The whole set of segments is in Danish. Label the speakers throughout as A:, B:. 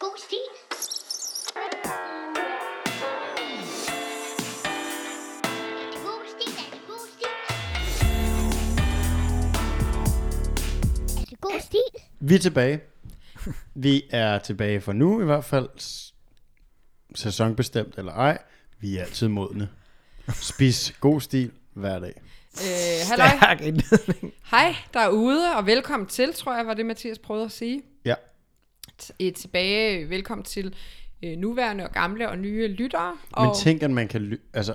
A: Boosty. God stil.
B: Vi er tilbage. Vi er tilbage for nu i hvert fald. S- Sæsonbestemt eller ej. Vi er altid modne. Spis god stil hver dag.
C: Øh, halløj.
D: Stærk indledning.
C: Hej derude, og velkommen til, tror jeg, var det Mathias prøvede at sige.
B: Ja,
C: T- øh, tilbage, velkommen til øh, nuværende og gamle og nye lyttere. Og
B: men tænk, at man kan ly- altså,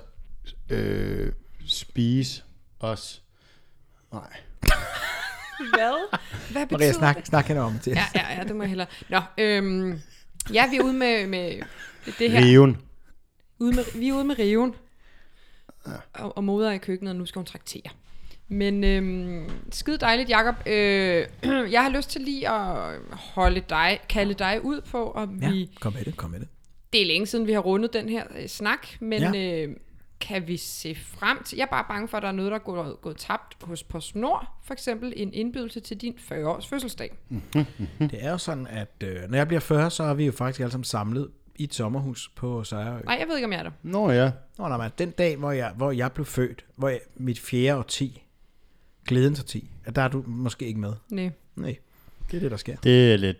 B: øh, spise os. Nej.
C: hvad? Hvad betyder
D: Maria,
C: det?
D: snak, snak hende om til.
C: Ja, ja, ja, det må jeg hellere. Nå, øhm, ja, vi er ude med, med det her.
B: Riven.
C: Ude med, vi er ude med riven. Og, og moder i køkkenet, og nu skal hun traktere. Men øhm, skide dejligt, Jacob. Øh, jeg har lyst til lige at holde dig, kalde dig ud på, om ja. vi...
D: kom med det, kom med det.
C: Det er længe siden, vi har rundet den her øh, snak, men
D: Ja.
C: ja. øh, kan vi se frem til... Jeg er bare bange for, at der er noget, der er gået, gået tabt hos PostNord. For eksempel en indbydelse til din 40-års fødselsdag.
D: Mm. Det er jo sådan, at øh, når jeg bliver 40, så er vi jo faktisk alle sammen samlet i et sommerhus på Sejrø.
C: Nej, jeg ved ikke, om jeg er der.
B: Nå ja.
D: Nå, nej, men den dag, hvor jeg, hvor jeg blev født, hvor jeg, mit fjerde årti, glædens årti, at der er du måske ikke med.
C: Nej.
D: Nej, det er det, der sker.
B: Det er lidt.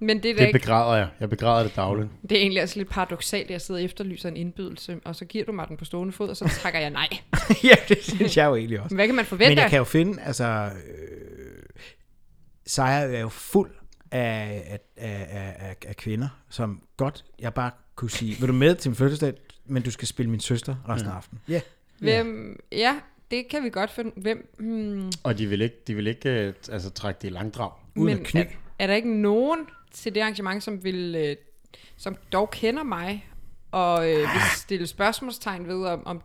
C: Men det er da
B: Det
C: ikke...
B: begræder jeg. Jeg begræder det dagligt.
C: Det er egentlig også lidt paradoxalt, at jeg sidder og efterlyser en indbydelse, og så giver du mig den på stående fod, og så trækker jeg nej.
D: ja, det synes jeg jo egentlig også.
C: Men hvad kan man forvente?
D: Men jeg kan jo finde, altså, øh, Sejrø er jo fuld af, af, af, af, af, af kvinder, som godt, jeg bare kunne sige, vil du med til min fødselsdag, men du skal spille min søster resten af aftenen. Ja. Yeah.
C: Hvem... Ja, det kan vi godt finde. Hvem... Hmm,
B: Og de vil ikke, de vil ikke øh, altså, trække det i langdrag.
D: Uden at kny.
C: er, er der ikke nogen til det arrangement, som vil, øh, som dog kender mig, og øh, vil stille spørgsmålstegn ved, om, om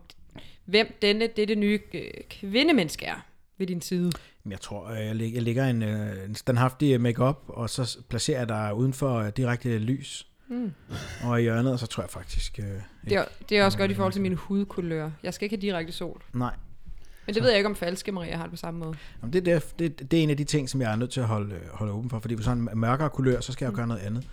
C: hvem denne, dette nye øh, kvindemenneske er ved din side?
D: Jamen, Jeg tror, øh, jeg, læg- jeg lægger en, øh, en standhaftig makeup og så s- placerer jeg dig uden for øh, direkte lys. Mm. Og i hjørnet, og så tror jeg faktisk... Øh,
C: Det
D: ikke.
C: er, det er også godt i forhold til mine hudkulør. Jeg skal ikke have direkte sol.
D: Nej.
C: Men det ved jeg ikke, om falske Maria har det på samme måde.
D: Jamen, det, er, der- det, det er en af de ting, som jeg er nødt til at holde, øh, holde åben for, fordi hvis sådan en mørkere kulør, så skal jeg jo gøre noget andet.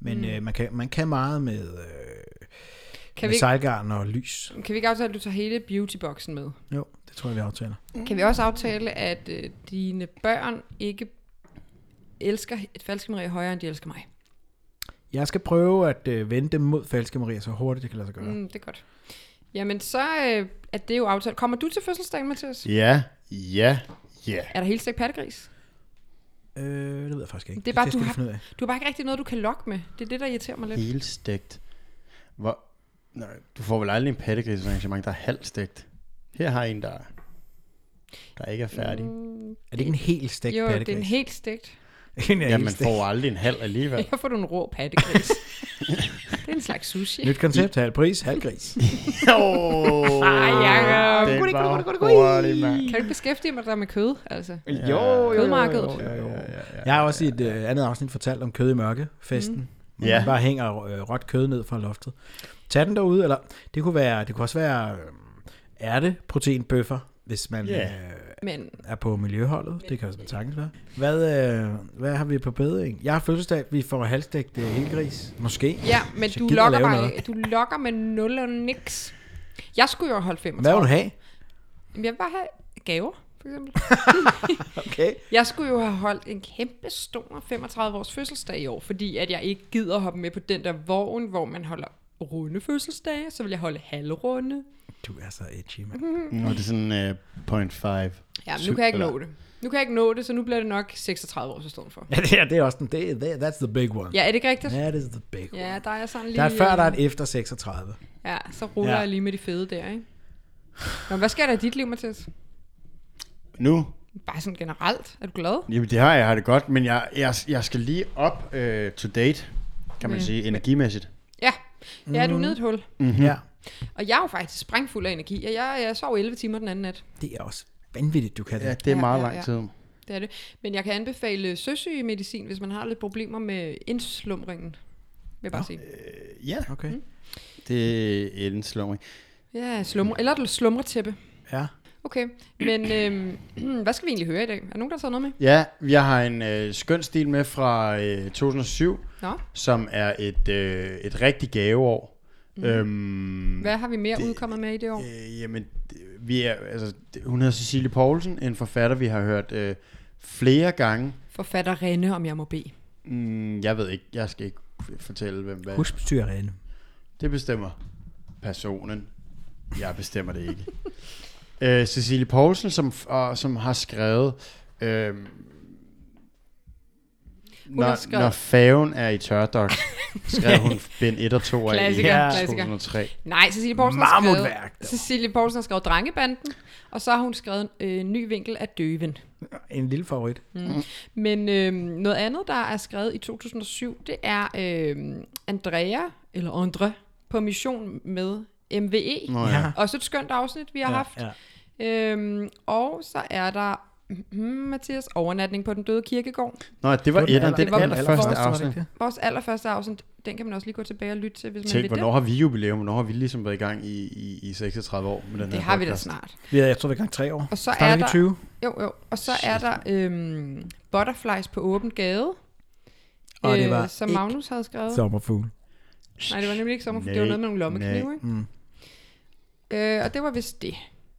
D: Men mm. øh, man, kan, man kan meget med, øh,
C: Mm. Kan
D: med
C: vi,
D: sejlgarn og lys.
C: kan vi ikke aftale, at du tager hele beautyboxen med?
D: Jo, det tror jeg, vi aftaler.
C: Kan vi også aftale, at øh, dine børn ikke elsker et falske Maria højere, end de elsker mig?
D: Jeg skal prøve at øh, vende dem mod falske Maria så hurtigt, det kan lade sig gøre. Mm.
C: Mm, det er godt. Jamen, så øh, er det jo aftalt. Kommer du til fødselsdagen, Mathias?
B: Ja, ja, ja.
C: Er der helt stegt pattegris?
D: Øh, det ved jeg faktisk ikke.
C: Det er bare,
D: det
C: du
D: skal vi
C: har,
D: finde ud af.
C: du har bare ikke rigtig noget, du kan lokke med. Det er det, der irriterer mig lidt.
B: Helstegt. Hvor... Nej, du får vel aldrig en pattegrisarrangement, der er halvstegt. Her har en, der, er- der ikke er færdig. Mm,
D: Er det ikke en helt stegt
C: Jo, det er en
D: pattegris?
C: helt stegt.
D: en
B: ja,
D: helt
B: man
D: stegt.
B: får aldrig en halv alligevel.
C: Jeg får du en rå pattegris. det er en slags sushi.
D: Nyt koncept, halv pris, halv gris.
B: oh,
C: Ej, Jacob.
B: Den var hurtig, mand.
C: Kan du ikke beskæftige dig med kød, altså?
D: Jo,
C: Kødmarkedet.
D: Jeg har også i et øh, andet afsnit fortalt om kød i mørke, festen.
C: Mhm.
D: Mm. Hvor
B: Ja.
D: man bare hænger øh, råt kød ned fra loftet. Tag den derude, eller det kunne, være, det kunne også være øh, ærteproteinbøffer, hvis man
B: Ja.
D: yeah. øh,
C: Men
D: er på miljøholdet. Det kan også sagtens være. Hvad, øh, hvad har vi på bedring? Jeg har fødselsdag, vi får halvstegt øh, helgris. Måske.
C: Ja, men
D: Så
C: du
D: gider
C: lokker,
D: lave
C: bare,
D: noget.
C: du lokker med nul og niks. Jeg skulle jo holde 35.
D: Hvad vil du have?
C: Jamen, Jeg vil bare have gaver, for eksempel.
D: Okay.
C: Jeg skulle jo have holdt en kæmpe stor 35-års fødselsdag i år, fordi at jeg ikke gider hoppe med på den der vogn, hvor man holder runde fødselsdage, så vil jeg holde halvrunde.
D: Du er så edgy, mand.
C: Mhm.
B: Nu er det sådan øh, uh, 0.5.
C: Ja, men nu
B: Syv-
C: kan jeg ikke
B: eller-
C: nå det. Nu kan jeg ikke nå det, så nu bliver det nok 36 år i stedet for.
D: Ja, det er, det er også den. Det, det, that's the big one.
C: Ja, er det ikke rigtigt?
D: That is the big one.
C: Ja, der er jeg sådan lige...
D: Der er et før, der er et efter 36.
C: Ja, så ruller
D: Ja.
C: ja. jeg lige med de fede der, ikke? Nå, hvad sker der i dit liv, Mathias?
B: Nu
C: Bare sådan generelt. Er du glad?
B: Jamen det har jeg, jeg har det godt, men jeg, jeg, jeg skal lige op øh, to date, kan man
C: Men-
B: sige, energimæssigt.
C: Ja, ja du er nede i et hul.
B: Mhm.
D: Mm-hmm. Ja.
C: Og jeg er jo faktisk sprængfuld af energi, og jeg, jeg sov 11 timer den anden nat.
D: Det er også vanvittigt, du kan det.
B: Ja, det er
C: Ja,
B: meget
C: ja,
B: lang
C: ja.
B: tid.
C: Det er det. Men jeg kan anbefale søsygemedicin, hvis man har lidt problemer med indslumringen. Vil jeg bare sige.
B: Ja,
D: Okay.
C: Mhm.
B: det er en slumring.
C: Ja, slumre, eller et slumretæppe.
D: Ja.
C: Okay, men øhm, hvad skal vi egentlig høre i dag? Er der nogen, der har taget noget med?
B: Ja, jeg har en øh, skøn stil med fra øh, 2007,
C: Nå,
B: som er et, øh, et rigtig gaveår. Mm. Øhm,
C: hvad har vi mere
B: Det-
C: udkommet med i det år?
B: Øh, jamen, det- vi er, altså, det- hun hedder Cecilie Poulsen, en forfatter, vi har hørt øh, flere gange.
C: Forfatterinde, om jeg må bede.
B: Mm, jeg ved ikke, jeg skal ikke f- fortælle, hvem hvad.
D: Husbestyrerinde.
B: Det bestemmer personen. Jeg bestemmer det ikke. øh, Cecilie Poulsen, som, og, som har skrevet... Øh, når,
C: har skrevet-
B: når faven er i tørdok, skrev hun bind 1 og 2 af i
C: Klassiker,
D: Ja.
C: klassiker.
B: 2003.
C: Nej, Cecilie Poulsen har skrevet,
D: Marmotværk.
C: Cecilie Poulsen har skrevet Drengebanden, og så har hun skrevet øh, Ny vinkel af døven.
D: En lille favorit.
C: Men øh, noget andet, der er skrevet i 2007, det er øh, Andrea, eller Andre, på mission med MVE.
B: Nå, ja.
D: Ja.
C: Også et skønt afsnit, vi har ja, haft.
D: Ja.
C: Ja. Øhm, og så er der, mm, Mathias, overnatning på den døde kirkegård.
B: Nå, det var
D: Det var den
B: etteren, den
C: aller-
B: allerførste
C: allerførste,
D: var det
B: afsnit.
D: ikke det?
C: Vores allerførste afsnit, den kan man også lige gå tilbage og lytte til, hvis man
B: Tænk,
C: vil
B: hvornår har vi jubilæum? Hvornår har vi ligesom været i gang i, i, i 36 år med den
C: det.
B: her
C: Det har vi da
B: podcast?
C: snart.
D: Vi er, jeg tror, vi er i gang tre år.
C: Og så
D: Starter
C: er
D: vi i
C: der-
D: 20.
C: Jo, jo. Og så er der øhm, Butterflies på åben gade, øh,
D: Og det var
C: som
D: ikke
C: Magnus havde skrevet.
D: Sommerfugl.
C: Nej, det var nemlig ikke sommerfugl. Det var
B: Nej,
C: noget med nogle lommeknive,
B: nej.
C: ikke?
D: mm.
C: Øh, og det var vist det.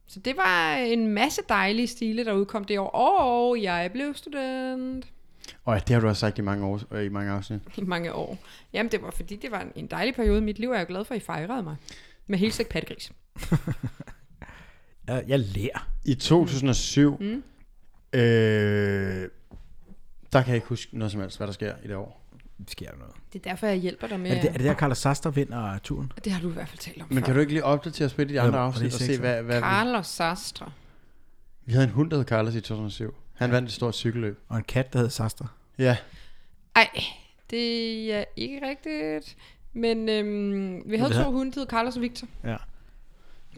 C: Så det var en masse dejlige stile, der udkom det år. Og jeg blev student
B: Og ja, det har du også sagt i mange, år, øh, i mange afsnit.
C: i mange år. Jamen, det var fordi, det var en- en dejlig periode i mit liv, og jeg er glad for, at I fejrede mig. Med helt sæk pattegris.
D: Jeg, jeg lærer.
B: I 2007, mm. øh, der kan jeg ikke huske noget som helst, hvad der sker i det år.
D: Sker der noget?
C: Det er derfor, jeg hjælper dig med.
D: Er det, er det der, Karla Saster vinder turen?
C: det har du i hvert fald talt om
B: Men
C: før.
B: kan du ikke lige opdatere os på et af de andre
D: Jamen,
B: afsnit og
D: det er
B: se, hvad, hvad vi...
C: Carlos Sastre.
B: Vi havde en hund, der hed Carlos i 2007. Han vandt et stort cykelløb.
D: Og en kat, der hedder Saster.
B: Ja,
C: Ej, det er ikke rigtigt. Men øhm, vi havde
D: Ja.
C: to hunde, der hed Carlos og Victor.
D: Ja.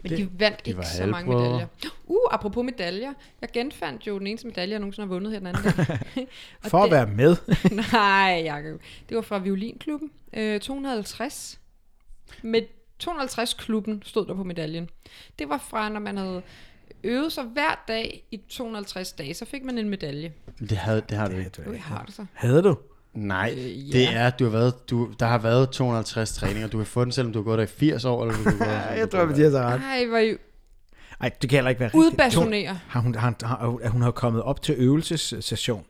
C: Men
D: Det-
C: de vandt
B: de
C: ikke
B: var
C: så mange
B: halvbrødre.
C: medaljer. Uh, apropos medaljer. Jeg genfandt jo den eneste medalje, jeg nogensinde har vundet her den anden dag. Og
D: For at
C: det-
D: være med.
C: Nej, Jacob. Det var fra Violinklubben. Øh, 250. Med 250-klubben stod der på medaljen. Det var fra, når man havde øvet sig hver dag i 250 dage, så fik man en medalje.
B: det, havde, det har du ikke.
C: Ui, har det så.
D: Havde du?
B: Nej,
C: Øh,
B: det
C: ja.
B: er, du har været, du, der har været 250 træninger. Du kan få den, selvom du har gået der i 80 år. Eller du kan gå der,
D: Ja,
B: selvom
D: jeg
B: du
D: tror,
B: har
D: vi
B: gået
D: de har så ret.
C: Nej, var I
D: Ej, det kan heller ikke være rigtigt.
C: udbationere.
D: To- Har hun, har, har, har, hun har kommet op til øvelsessession.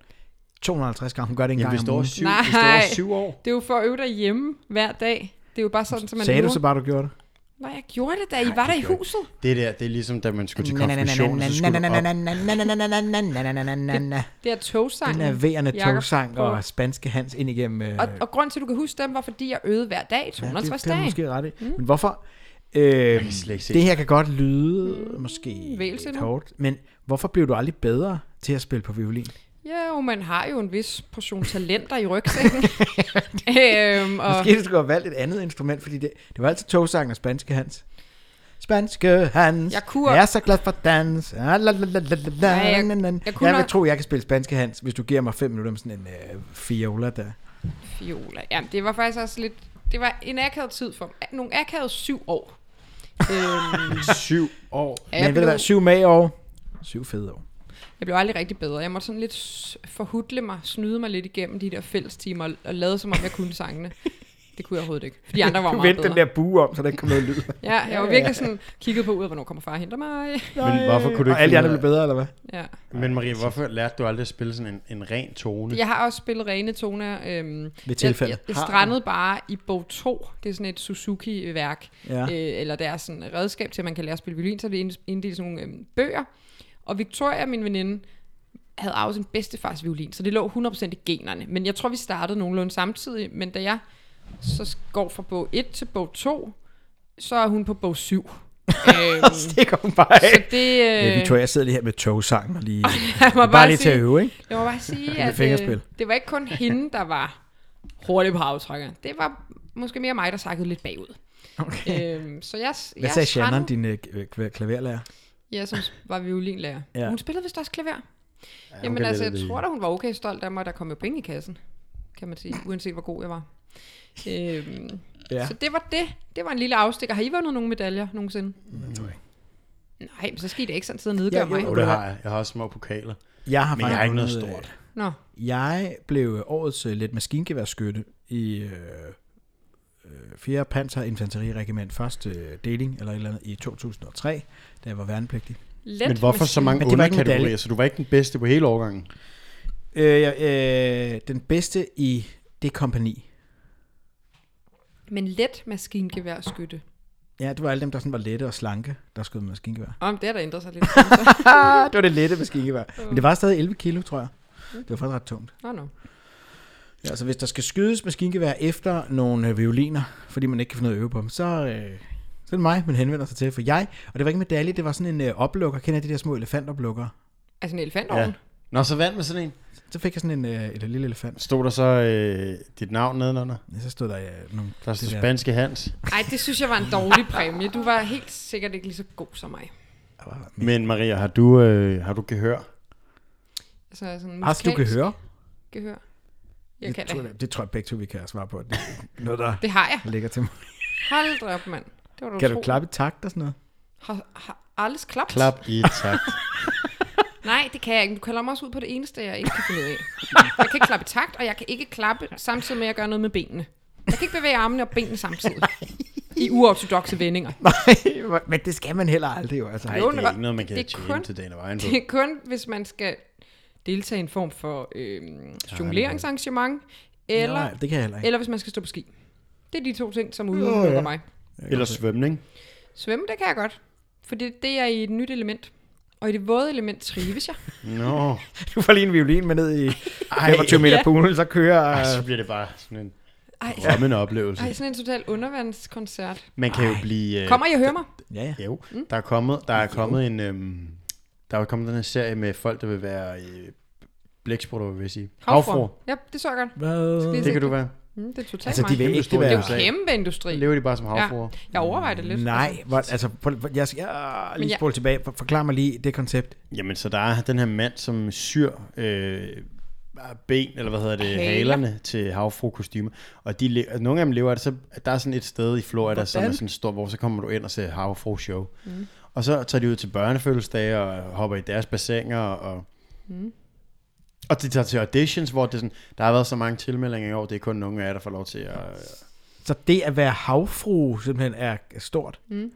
D: 250 gange, hun gør det en
B: Jamen,
D: gang
B: hvis
D: om
B: det var
D: ugen.
B: syv, hvis det var
C: Nej.
B: syv år.
C: Det er jo for at øve dig hjemme hver dag. Det er jo bare sådan, som man
D: Sagde
C: øver.
D: du så bare, du gjorde det?
C: Nej, jeg gjorde det, da I var der i huset.
B: Det der, det er ligesom, da man skulle til konfirmation, så skulle du op
C: Det er togsangen.
D: Den er værende
C: Jakob.
D: togsang og spanske hans ind igennem... øh,
C: Og, og grund til, at du kan huske dem, var fordi jeg øvede hver dag i
D: Ja,
C: 250
D: det, det er
C: dage.
D: måske ret i. Mm. Men hvorfor? Øh,
B: kan slet ikke se
D: det her kan godt lyde mm. måske
C: vægelsen
D: lidt
C: nu.
D: hårdt, men hvorfor blev du aldrig bedre til at spille på violin?
C: Ja, jo, man har jo en vis portion talenter i rygsækken. øhm, og,
D: Måske du skulle have valgt et andet instrument, fordi det, det var altid togsangen og spanske hans. Spanske Hans,
C: Jeg kunne-
D: jeg er så glad for dans. Ah, la, la, la, la, la, la,
C: jeg- jeg
D: na, na, na.
C: kunne
D: jeg vil
C: nok-
D: tro, jeg kan spille Spanske Hans, hvis du giver mig fem minutter med sådan en øh, fiola der.
C: Fiola. Jamen, det var faktisk også lidt... Det var en akavet tid for mig. Nogle akavet syv år. øhm,
B: syv år.
C: jeg,
D: Men ved du
C: blev,
D: hvad, syv med år, syv fede år.
C: jeg blev aldrig rigtig bedre. Jeg måtte sådan lidt s- forhudle mig, snyde mig lidt igennem de der fællestimer, og- og lade som om, jeg kunne sangene. Det kunne jeg overhovedet ikke. For de andre var
D: Du
C: meget
D: vendte den
C: bedre.
D: der bue om, så der ikke kom noget lyd.
C: Ja, jeg var virkelig sådan kigget på ud af, hvornår kommer far og henter mig.
B: Men hvorfor kunne du
D: Og alle
B: ikke
D: de andre
B: finde
D: blev
B: ud
D: bedre, eller hvad?
C: Ja.
B: af- Men Marie, hvorfor lærte du aldrig at spille sådan en, en ren tone?
C: Jeg har også spillet rene toner. Øhm,
D: Ved Mm. tilfælde.
C: Jeg, jeg, jeg strandede bare i bog 2. Det er sådan et Suzuki-værk.
D: Ja.
C: Øh, eller der er sådan et redskab til, at man kan lære at spille violin, så er det ind- inddelt i sådan nogle øhm, bøger. Og Victoria, min veninde, havde arvet sin bedstefars violin, så det lå 100% i generne. Men jeg tror, vi startede nogenlunde samtidig, men da jeg så går fra bog 1 til bog 2, så er hun på bog 7. øhm, så
D: Det kom bare af.
C: det... Øh,
D: Ja, Victoria, jeg sidder lige her med togsangen og lige...
C: jeg må
D: bare, bare lige til at øve, ikke?
C: Jeg må bare sige,
D: er
C: at øh,
D: fingerspil.
C: det var ikke kun hende, der var hurtig på aftrækkeren. Det var måske mere mig, der sakkede lidt bagud. Okay. Øhm, så jeg,
D: Øh, Hvad
C: jeg
D: sagde
C: strandede-
D: Shannon, din øh, kv- klaverlærer?
C: Ja, som var violinlærer. Ja.
D: Ja.
C: Hun spillede vist også klaver. Ja, Jamen
B: kan
C: altså,
B: lidt af
C: jeg
B: det
C: tror
B: hele.
C: da, hun var okay stolt af mig, der kom jo penge i kassen, kan man sige, uanset hvor god jeg var. Øhm, ja.
D: Ja.
C: Så det var det. Det var en lille afstikker. Har I vundet nogle medaljer nogensinde? Nej, men så skal I da ikke sådan sidde og nedgøre
D: Ja, jo.
C: mig.
B: Jo, det har jeg. Jeg har også små pokaler.
D: Jeg har
B: Men jeg
D: faktisk
B: har ikke noget
D: vundet, øh,
B: stort.
C: Nå,
D: Jeg blev årets øh, let maskingeværskytte i øh, øh, 4. panzerinfanteriregiment første øh, deling, eller et eller andet, i 2003, da jeg var værnepligtig.
C: let
B: Men hvorfor så
C: maskin-
B: mange
D: Men det var ikke en
B: underkategorier?
D: medalje.
B: Så du var ikke den bedste på hele årgangen?
D: Øh, jeg, øh, den bedste i det kompani.
C: Men let maskingeværskytte.
D: Ja, det var alle dem, der sådan var lette og slanke, der skød med maskingevær.
C: Om det har da ændret sig lidt.
D: Ah, det var det lette maskingevær. Men det var stadig 11 kilo, tror jeg. Det var faktisk ret tungt.
C: Nå, nå.
D: Ja, så hvis der skal skydes maskingevær efter nogle øh, violiner, fordi man ikke kan finde noget at øve på dem, så, øh, så er det mig, man henvender sig til. For jeg, og det var ikke en medalje, det var sådan en øh, oplukker. Kender I de der små elefantoplukker?
C: Altså en elefantovn.
B: Nå, så vandt med sådan en.
D: Så fik jeg sådan en øh, et lille elefant.
B: Stod der så øh, dit navn nedenunder?
D: Ja, så stod der øh, nogle...
B: Der stod
D: det der-
B: spanske Hans.
C: Nej, det synes jeg var en dårlig præmie. Du var helt sikkert ikke lige så god som mig.
D: der var-
B: Men Maria, har du, øh, har du gehør?
C: Altså sådan
D: Altså, du kan
C: musikalsk
D: høre.
C: Gehør. Jeg kan
D: Det tror,
C: det.
D: jeg, det tror jeg begge to, vi kan svare på. Det er noget, der
C: Det har jeg.
D: ligger til mig.
C: Hold da op, mand. Det var da
D: Kan du
C: utroligt.
D: klappe i takt og sådan noget?
C: Har, har alles klapt?
B: Klap i takt.
C: Nej, det kan jeg ikke. Du kalder mig også ud på det eneste, jeg ikke kan finde ud af. Jeg kan ikke klappe i takt, og jeg kan ikke klappe samtidig med at gøre noget med benene. Jeg kan ikke bevæge armene og benene samtidig. I uortodoxe vendinger.
D: Nej, men det skal man heller aldrig jo. Altså.
B: Nej,
C: Jo,
B: det er
C: nå,
B: ikke noget, man kan
C: det er
B: tjene
C: kun-
B: til dagen og vejen på.
C: Det er kun, hvis man skal deltage i en form for øh, jongleringsarrangement, eller,
D: Nej, det kan jeg heller ikke.
C: eller hvis man skal stå på ski. Det er de to ting, som udelukker
D: ja.
C: mig.
B: Eller svømning.
C: Svømme, det kan jeg godt. For det, det er i et nyt element. Og i det våde element trives jeg.
B: Nå.
D: Du får lige en violin med ned i
B: Ej,
D: 25 meter poolen, så kører...
B: Ej, så bliver det bare sådan en
C: Ej,
B: drømmende oplevelse.
C: ej sådan en total undervandskoncert.
B: Man kan jo blive... Øh,
C: Kommer I og hører mig?
D: Ja, ja.
B: Jo, der er kommet, der er kommet en... Øhm, der er jo kommet den her serie med folk, der vil være øh, blæksprutter, vil jeg sige. Havfru.
C: Ja, det så jeg godt.
D: Hvad?
C: Skal
B: Det kan du være.
C: Mm, det er totalt
D: Altså, de
C: mig.
D: vil
B: Kæmpe
D: ikke
B: stor
D: være...
C: Det er
B: USA.
C: jo kæmpe industri.
B: Så lever de bare som havfruer.
C: Ja, jeg overvejer det lidt.
D: Nej, hvor, altså, prøv, prøv- jeg, jeg, jeg
C: Men
D: lige
C: jeg-
D: spole tilbage. For, forklar mig lige det koncept.
B: Jamen, så der er den her mand, som syr øh, ben, eller hvad hedder det,
C: Haler.
B: Haler. halerne til havfrukostymer. Og de, le- altså, nogle af dem lever af det, så der er sådan et sted i Florida, Hvordan? som er
D: Hvordan?
B: sådan stor, hvor så kommer du ind og ser havfru-show. Mm. Og så tager de ud til børnefødselsdage og hopper i deres bassiner og... Mm. Og de tager til auditions, hvor det er sådan, der har været så mange tilmeldinger i år, det er kun nogle af jer, der får lov til at...
D: Så det at være havfru simpelthen er stort. Mm.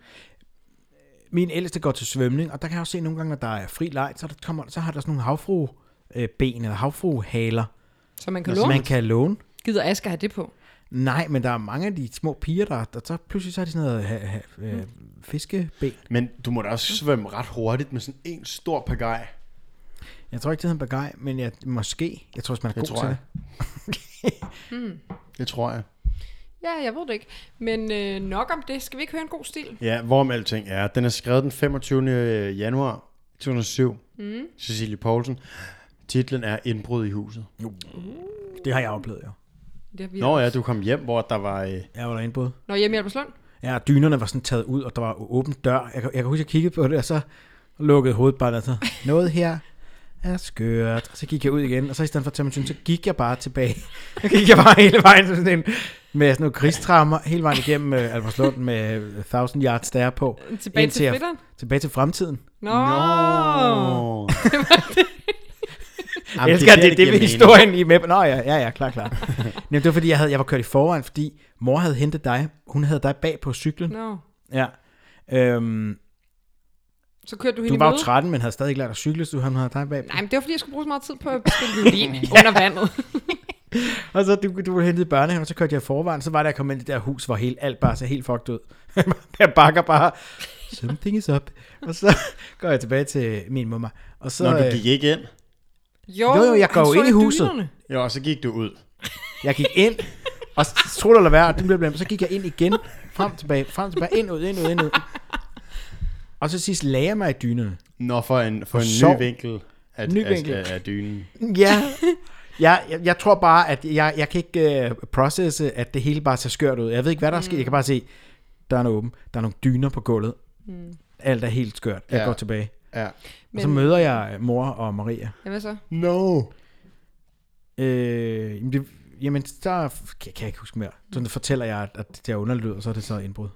D: Min ældste går til svømning, og der kan jeg også se nogle gange, når der er fri leg, så, der kommer, så har der sådan nogle havfru-ben eller havfru-haler,
C: Så man kan
D: som
C: låne.
D: Altså, man kan låne.
C: Gider Asger have det på?
D: Nej, men der er mange af de små piger, der, der så pludselig så er de sådan noget ha, ha, øh,
B: Mm.
D: fiskeben.
B: Men du må da også svømme ret hurtigt med sådan en stor pagaj.
D: Jeg tror ikke, det hedder en bagaj, men jeg, måske. Jeg tror, hvis man er
B: Det
D: god
B: tror
D: til
B: jeg.
D: det.
B: Det tror jeg.
C: Ja, jeg ved det ikke. Men øh, nok om det. Skal vi ikke høre en god stil?
B: Ja, hvorom alting er. Den er skrevet den 25. januar 2007. Mm. Cecilie Poulsen. Titlen er Indbrud i huset.
D: Det har jeg oplevet, jo.
C: Det har vi
B: Nå ja, du kom hjem, hvor der var... Øh,
D: Jeg var der indbrud.
C: Nå, hjemme i Alberslund?
D: Ja, og dynerne var sådan taget ud, og der var åben dør. Jeg kan, jeg kan huske, jeg kiggede på det, og så lukkede hovedet bare, og så, noget her er skørt. Og så gik jeg ud igen, og så i stedet for at tage min tyn, så gik jeg bare tilbage. Så gik jeg bare hele vejen som sådan en, med sådan nogle krigstrammer, hele vejen igennem øh, Albertslund med øh, 1000 yards stær på.
C: Tilbage til
D: jeg-
C: fritteren?
D: tilbage til fremtiden.
C: Nå. Nå.
B: Nå. Jamen,
D: Jeg elsker, at det,
B: der
D: det, det,
B: giver
D: det er
B: mening.
D: historien i er med. på. Nå ja, ja, ja, klar, klar. Jamen, det var fordi, jeg, havde, jeg var kørt i forvejen, fordi mor havde hentet dig. Hun havde dig bag på cyklen.
C: Nå.
D: Ja. Øhm,
C: Så kørte du hende
D: du
C: i
D: var jo
C: møde?
D: 13, men havde stadig ikke lært at cykle, så du havde dig bag.
C: Nej, men det var fordi, jeg skulle bruge så meget tid på at spille violin under vandet.
D: Og så du, du hentede i børnehaven, og så kørte jeg i forvejen, så var der jeg kom ind i det der hus, hvor helt, alt bare så helt fucked ud. jeg bakker bare, something is up. Og så går jeg tilbage til min mor. Og så,
B: Nå, du
D: øh,
B: gik ikke ind.
D: Jo, jo, jeg
C: han
D: går jo
C: så
D: ind i
C: jo
D: huset.
C: dynerne.
B: Jo, og så gik du ud.
D: jeg gik ind, og så troede eller være, det blev blandt, så gik jeg ind igen, frem tilbage, frem tilbage, ind ud, ind ud, ind ud. Og så sidst lagde jeg mig i dynerne.
B: Nå, for en, for en
D: sov.
B: ny vinkel af,
D: Ny
B: ny af,
D: vinkel.
B: af, af dynen.
D: Ja. Jeg, jeg, jeg tror bare, at jeg, jeg kan ikke uh, processe, at det hele bare ser skørt ud. Jeg ved ikke, hvad der er sket. Jeg kan bare se, der er noget åben. Der er nogle dyner på gulvet. Alt er helt skørt. Jeg
B: Ja.
D: går tilbage.
B: Ja.
D: Men... Og så
C: Men-
D: møder jeg øh, mor og Maria.
C: Ja, hvad så?
B: No.
D: Øh, jamen, det, jamen, der kan, kan jeg ikke huske mere. Så fortæller jeg, at det er underlyd, og så er det så indbrud.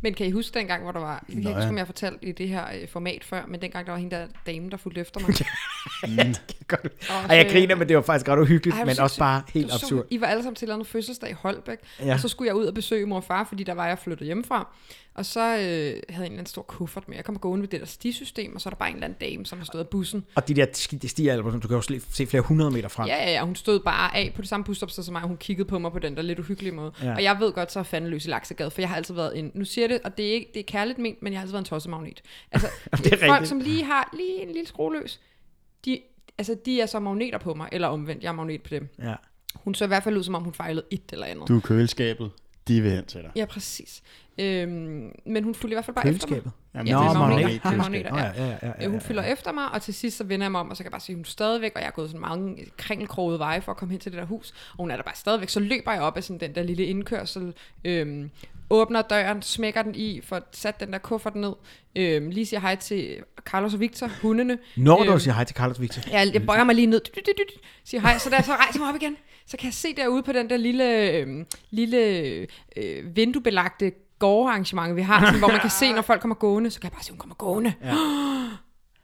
C: Men kan I huske dengang, hvor der var... Jeg kan ikke
B: Nej.
C: huske, om jeg har fortalt i det her øh, format før, men dengang der var hende der dame, der fulgte efter mig.
D: Godt.
C: Og
D: Ej, jeg
C: så-
D: griner, men det var faktisk ret uhyggeligt,
C: Ej,
D: Ej,
C: hvor
D: men også
C: sindssygt.
D: bare helt
C: Det var så-
D: absurd.
C: I var alle sammen til et eller andet fødselsdag i Holbæk,
D: Ja.
C: ja. og så skulle jeg ud og besøge mor og far, fordi der var jeg flyttet hjemmefra. Og så øh, havde jeg en eller anden stor kuffert med. Jeg kom gående ved det der stisystem, og så er der bare en eller anden dame, som har stået af bussen.
D: Og de der ski- stiger, som du kan jo sle- se flere hundrede meter frem.
C: Ja, ja, ja. Hun stod bare af på det samme busstopsted som mig, og hun kiggede på mig på den der lidt uhyggelige måde.
D: Ja.
C: Ja. Og jeg ved godt, så er fanden løs i laksegade, for jeg har altid været en... Nu siger jeg det, og det er, ikke, det er kærligt ment, men jeg har altid været en tossemagnet. Altså,
D: Det er
C: folk,
D: rigtigt.
C: som lige har lige en lille skroløs, de, altså, de er så magneter på mig, eller omvendt, jeg er magnet på dem.
D: ja.
C: Hun så i hvert fald ud, som om hun fejlede et eller andet.
B: Du er køleskabet. De vil hen til dig.
C: Ja, præcis. Øhm, men hun fulgte i hvert fald bare
D: Køleskabet?
C: efter
B: Jamen,
C: mig. Ja,
D: Nå,
C: Nå, det er
D: magnet.
C: magneter. Det er magneter,
D: Nå,
C: ja.
D: ja, ja, ja, ja,
C: Øh, Hun
D: ja.
C: følger efter mig, og til sidst så vender jeg mig om, og så kan jeg bare se, at hun er stadigvæk, og jeg er gået sådan mange kringelkrogede veje for at komme hen til det der hus, og hun er der bare stadigvæk. Så løber jeg op af sådan den der lille indkørsel, øhm, åbner døren, smækker den i, får sat den der kuffert ned, øhm, lige siger hej til Carlos og Victor, hundene.
D: Når
C: Øhm.
D: du siger hej til Carlos Victor.
C: Jeg, jeg bøjer mig lige ned, dyt, dyt, dyt, dyt, siger hej, så da jeg så rejser mig op igen, så kan jeg se derude på den der lille, øh, lille øh, vinduebelagte gårdarrangement, vi har, sådan, hvor man kan se, når folk kommer gående, så kan jeg bare se, hun kommer gående. Ja.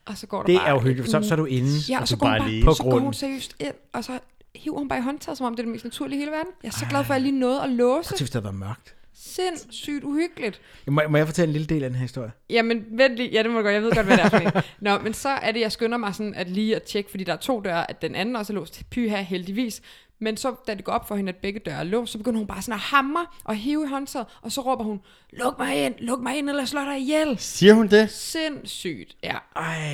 C: Og så går der
D: Det
C: bare
D: er uhyggeligt, for så, så er du inde.
C: Ja, og
B: Og
C: så
B: du
C: går,
B: bare
C: hun bare,
B: lige-
D: På
C: så går
D: grunden.
C: hun seriøst ind, og så hiver hun bare i håndtaget, som om det er det mest naturlige i hele verden. Jeg er så glad for, at jeg lige nåede at låse.
D: Jeg synes, det har været mørkt.
C: Sindssygt uhyggeligt.
D: Må, må jeg fortælle en lille del af den her historie?
C: Jamen, vent lige. Ja, det må du godt. Jeg ved godt, hvad det er for en. Nå, men så er det, jeg skynder mig sådan at lige at tjekke, fordi der er to døre, at den anden også er låst. Py her, heldigvis. Men så, da det går op for hende, at begge døre er låst, så begynder hun bare sådan at hamre og hive i håndtaget, og så råber hun, luk mig ind, luk mig ind, eller jeg slår dig ihjel.
B: Siger hun det?
C: Sindssygt, ja.
D: Ej,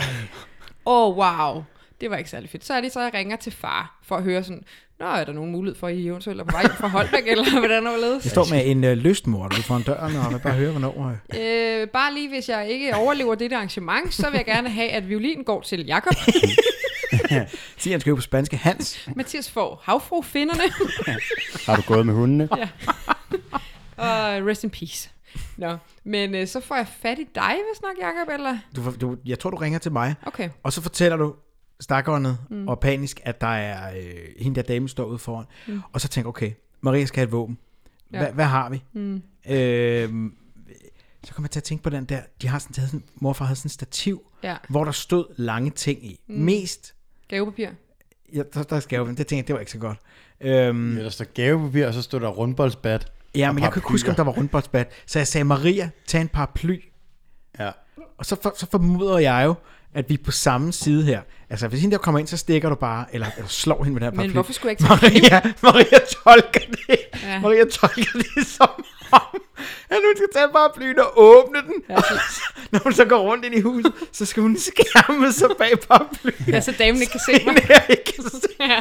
C: Åh, oh, wow. Det var ikke særlig fedt. Så er det så, jeg ringer til far for at høre sådan, Nå, er der nogen mulighed for, at I eventuelt er på vej hjem fra Holbæk, eller hvordan overledes?
D: jeg står med en øh, lystmord ude foran døren, og vil bare høre, hvornår... Øh.
C: Øh, bare lige, hvis jeg ikke overlever det arrangement, så vil jeg gerne have, at violinen går til Jakob.
D: Siger han skal jo på spanske Hans.
C: Mathias får havfruefinderne.
B: Har du gået med hundene?
C: Og rest in peace. Nå, men øh, så får jeg fat i dig, hvis nok, Jakob, eller?
D: Du, får- du, jeg tror, du ringer til mig,
C: Okay.
D: Og så fortæller du stakåndet mm. og panisk, at der er øh, hende der dame står ude foran. Mm. Og så tænker okay, Maria skal have et våben. Hva,
C: Ja.
D: Hvad har vi? Mm. Øh, så kommer jeg til at tænke på den der, de har sådan, de havde sådan morfar havde sådan et stativ,
C: Ja.
D: hvor der stod lange ting i. Mm. Mest,
C: Gavepapir.
D: ja, der, der skal jo, det tænkte jeg, det var ikke så godt. Øhm,
B: Ja, der står gavepapir, og så står der rundboldsbat.
D: ja,
B: og
D: men jeg kunne ikke huske, om der var rundboldsbat. Så jeg sagde, Maria, tag en paraply.
B: Ja.
D: Og så, for, så formoder jeg jo, at vi er på samme side her. Altså, hvis hende der kommer ind, så stikker du bare, eller, eller slår hende med den her paraply.
C: hvorfor skulle jeg ikke tage
D: Maria, Maria tolker det. Ja.
C: Ja.
D: Maria tolker det som om, at hun skal tage paraplyen og åbne den. Ja, og så, når hun så går rundt ind i huset, så skal hun skærme sig bag paraplyen.
C: Ja, så damen ikke kan se mig.
D: Hende her ikke kan se.
C: Ja.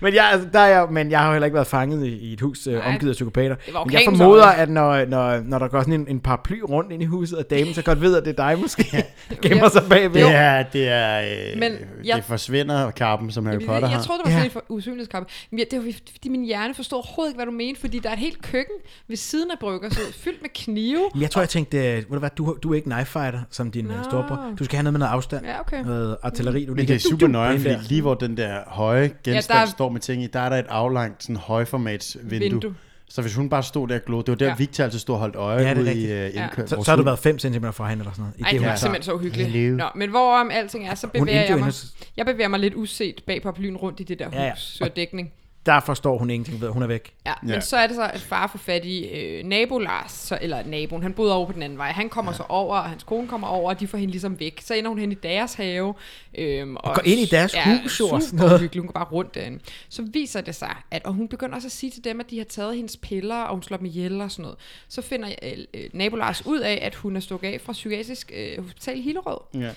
D: Men jeg, altså, der er jeg, men jeg har jo heller ikke været fanget i, i et hus øh,
C: Nej.
D: omgivet af psykopater.
C: Det var
D: Men jeg
C: orkanen så
D: formoder,
C: også.
D: at når, når, når der går sådan en, en paraply rundt ind i huset, og damen så godt ved, at det er dig måske, gemmer sig bagved.
B: Det er, det er, øh,
C: Men
B: Men
C: jeg-
B: jeg... det forsvinder kappen, som Harry
C: Jeg,
B: Potter
C: jeg
B: har.
C: troede, det var sådan
D: Ja.
C: en for- usynlighedskappe. Men ja, det var fordi min hjerne forstod overhovedet ikke, hvad du mente, fordi der er et helt køkken ved siden af bryggerset, fyldt med knive.
D: Men Jeg tror, jeg tænkte, øh, ved du hvad, du, du er ikke knife fighter som din no.
C: Nå.
D: storebror. Du skal have noget med noget afstand.
C: Ja, okay. Mm.
D: Noget artilleri, du
B: Men det er super nøje, fordi
D: Der.
B: lige hvor den der høje genstand
C: der
B: ja,
C: er-
B: der... står med ting i, der er der et aflangt sådan højformats vindue.
C: Vindue.
B: vindue. Så hvis hun bare stod der og glod, det var der,
C: Ja.
B: ja. Victor altid stod og holdt øje
D: Ja,
B: ja,
D: det er
B: ud
D: rigtigt.
B: i øh, indkøb.
D: Så, så har du været 5 cm fra hende eller sådan noget. I
C: Ej, det var
D: hun
C: simpelthen så uhyggeligt.
B: Hello.
C: Nå, men hvorom alting er, så bevæger
D: endte jo
C: jeg mig.
D: hendes-
C: Jeg bevæger mig lidt uset bag paraplyen rundt i det der hus,
D: Ja, ja.
C: ja, ja. dækning.
D: Der forstår hun ingenting ved, at hun er væk.
C: Ja, men
B: Ja.
C: så er det så, at far får fat i øh, nabo Lars, så, eller naboen, han boede over på den anden vej. Han kommer ja. så over, og hans kone kommer over, og de får hende ligesom væk. Så ender hun hen i deres have. Øhm, og,
D: går ind i deres
C: ja,
D: hus jo, og
C: og
D: sådan
C: sådan
D: noget.
C: Hun går bare rundt derinde. Så viser det sig, at og hun begynder også at sige til dem, at de har taget hendes piller, og hun slår dem ihjel og sådan noget. Så finder øh, øh, nabo Lars ud af, at hun er stukket af fra psykiatrisk øh, hospital i Hillerød.
B: Ja.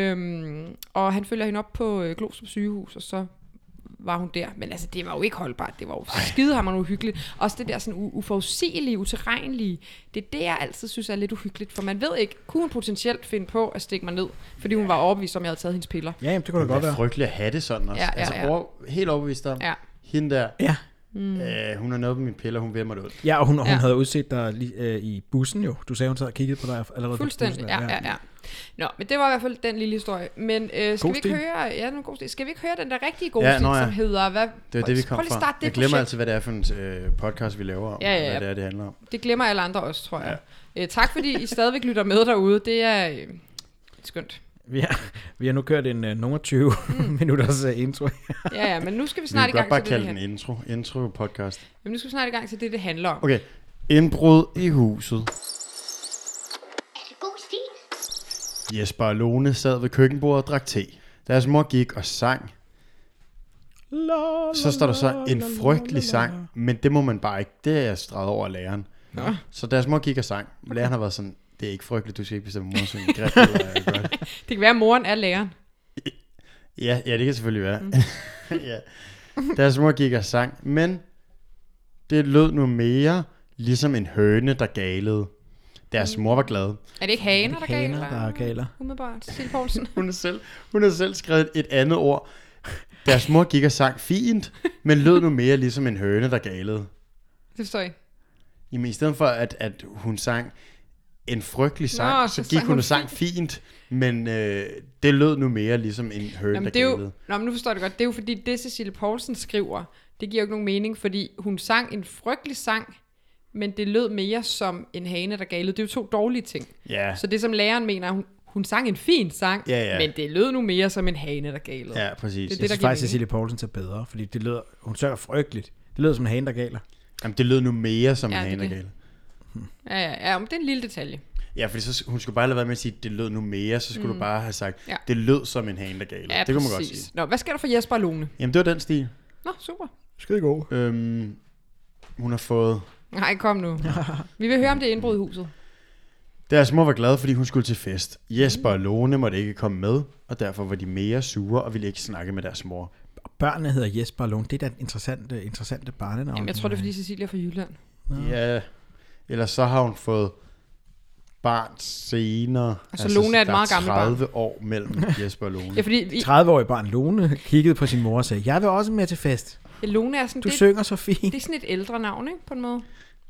C: Øhm, og han følger hende op på øh, Glostrup sygehus, og så var hun der. Men altså, det var jo ikke holdbart. Det var jo skidehammerende uhyggeligt. Også det der sådan u- uforudsigelige, uterrenlige. Det er det, jeg altid synes er lidt uhyggeligt. For man ved ikke, kunne hun potentielt finde på at stikke mig ned, fordi hun var overbevist om, at jeg havde taget hendes piller.
D: Ja, jamen, det kunne da
B: Det
D: godt
B: er
D: være.
B: frygteligt at have det sådan også.
C: Ja,
B: Ja,
C: ja,
B: ja, altså,
C: ja.
B: Over, helt overbevist om,
C: Ja. Mm.
B: ja. hende der,
D: Ja,
B: øh, hun har noget på mine piller, hun vemmer det ud.
D: ja og hun, hun
C: Ja.
D: havde udset dig lige, øh, i bussen jo. Du sagde, hun sad og kiggede på dig allerede. fra bussen
C: Fuldstændig.
D: der.
C: Ja, ja, ja. Nå, men det var i hvert fald den lille historie. Men øh, skal
D: God
C: vi ikke
D: stil.
C: høre, ja, den er god stil. Skal vi ikke høre den der rigtige gode
B: Ja,
C: stil,
B: nå ja.
C: som hedder hvad?
B: Det er det, vi kom
C: Prøv lige at
B: fra.
C: starte det
B: Jeg glemmer
C: projekt.
B: altid, hvad det er for en øh, podcast, vi laver, og
C: Ja, ja, ja.
B: hvad det er, det handler om.
C: Det glemmer alle andre også, tror jeg. Ja. Øh, tak fordi I stadigvæk lytter med derude. Det er øh, skønt.
D: Vi har, vi har nu kørt en uh, nummer 20 mm. minutters uh, intro.
C: Ja, ja, men nu skal vi
B: Vi
C: snart
B: kan
C: i
B: godt
C: gang
B: bare
C: til det,
B: kalde
C: det
B: den
C: her.
B: intro. Intro podcast.
C: Jamen, nu skal vi snart i gang til det, det handler om.
B: Okay. Indbrud i huset.
A: Er det god stil?
B: Jesper og Lone sad ved køkkenbordet og drak te. Deres mor gik og sang. Så står der så en frygtelig sang, men det må man bare ikke. Det er jeg streget over af læreren. Nå. Så deres mor gik og sang. Læreren har været sådan, det er ikke frygteligt, du skal ikke bestemme mor, som greb eller gør.
C: Det kan være, at moren er læreren.
B: Ja, ja, det kan selvfølgelig være. Mm. ja. Deres mor gik og sang, men det lød nu mere ligesom en høne, der galede. Deres mor var glad.
C: Er det ikke haner, der galer?
D: Haner, der galer.
C: Umiddelbart. Sille Poulsen.
B: Hun har selv, hun har selv skrevet et andet ord. Deres mor gik og sang fint, men lød nu mere ligesom en høne, der galede.
C: Det forstår jeg. ikke.
B: Jamen, i stedet for, at, at hun sang en frygtelig sang,
C: Nå,
B: Nå, så,
C: så
B: gik
C: sang
B: hun
C: hun
B: og sang fint, men øh, det lød nu mere ligesom en høne,
C: Jamen,
B: der
C: det er
B: galede.
C: jo, nå, men nu forstår jeg det godt. Det er jo fordi, det Cecilie Poulsen skriver, det giver jo ikke nogen mening, fordi hun sang en frygtelig sang, men det lød mere som en hane, der galede. Det er jo to dårlige ting.
B: Ja,
C: Så det, som læreren mener, hun, hun sang en fin sang,
B: Ja, ja.
C: men det lød nu mere som en hane, der galede.
B: ja, præcis.
C: Det er
B: Det, det.
D: Jeg synes
C: der giver
D: faktisk, at
C: mening.
D: Cecilie Poulsen er bedre, fordi det lyder, hun synger frygteligt. Det lyder som en hane, der galer.
B: Jamen, det lød nu mere som
C: Ja,
B: ja, en
C: det er
B: høne, der
C: det.
B: galede.
C: Ja, ja, ja, men det er en lille detalje.
B: Ja, fordi så, hun skulle bare lade være med at sige, det lød nu mere, så skulle mm. du bare have sagt,
C: Ja.
B: ja. det lød som en hane, der galede.
C: Ja,
B: det kunne man godt
C: præcis.
B: sige.
C: Nå, hvad sker der for Jesper og Lone?
B: Jamen, det var den stil.
C: Nå, super.
D: Skide god.
B: Øhm, hun har fået...
C: Nej, kom nu. Vi vil høre om det er indbrud i huset.
B: Deres mor var glad, fordi hun skulle til fest. Jesper og Lone måtte ikke komme med, og derfor var de mere sure og ville ikke snakke med deres mor.
D: Børnene hedder Jesper og Lone. Det er da et interessant, øh, interessante barnenavn.
C: Jamen, jeg tror, det er, fordi Cecilia er fra Jylland.
B: Ja, ellers så har hun fået barn senere.
C: Altså, Lone er et
B: der
C: meget gammelt barn.
B: 30 år mellem Jesper og Lone.
C: Ja, fordi vi,
D: 30-årig Øh, barn Lone kiggede på sin mor og sagde, jeg vil også med til fest.
C: Lone er sådan,
D: Du
C: det,
D: synger så fint.
C: det er sådan et ældre navn, ikke? På en måde.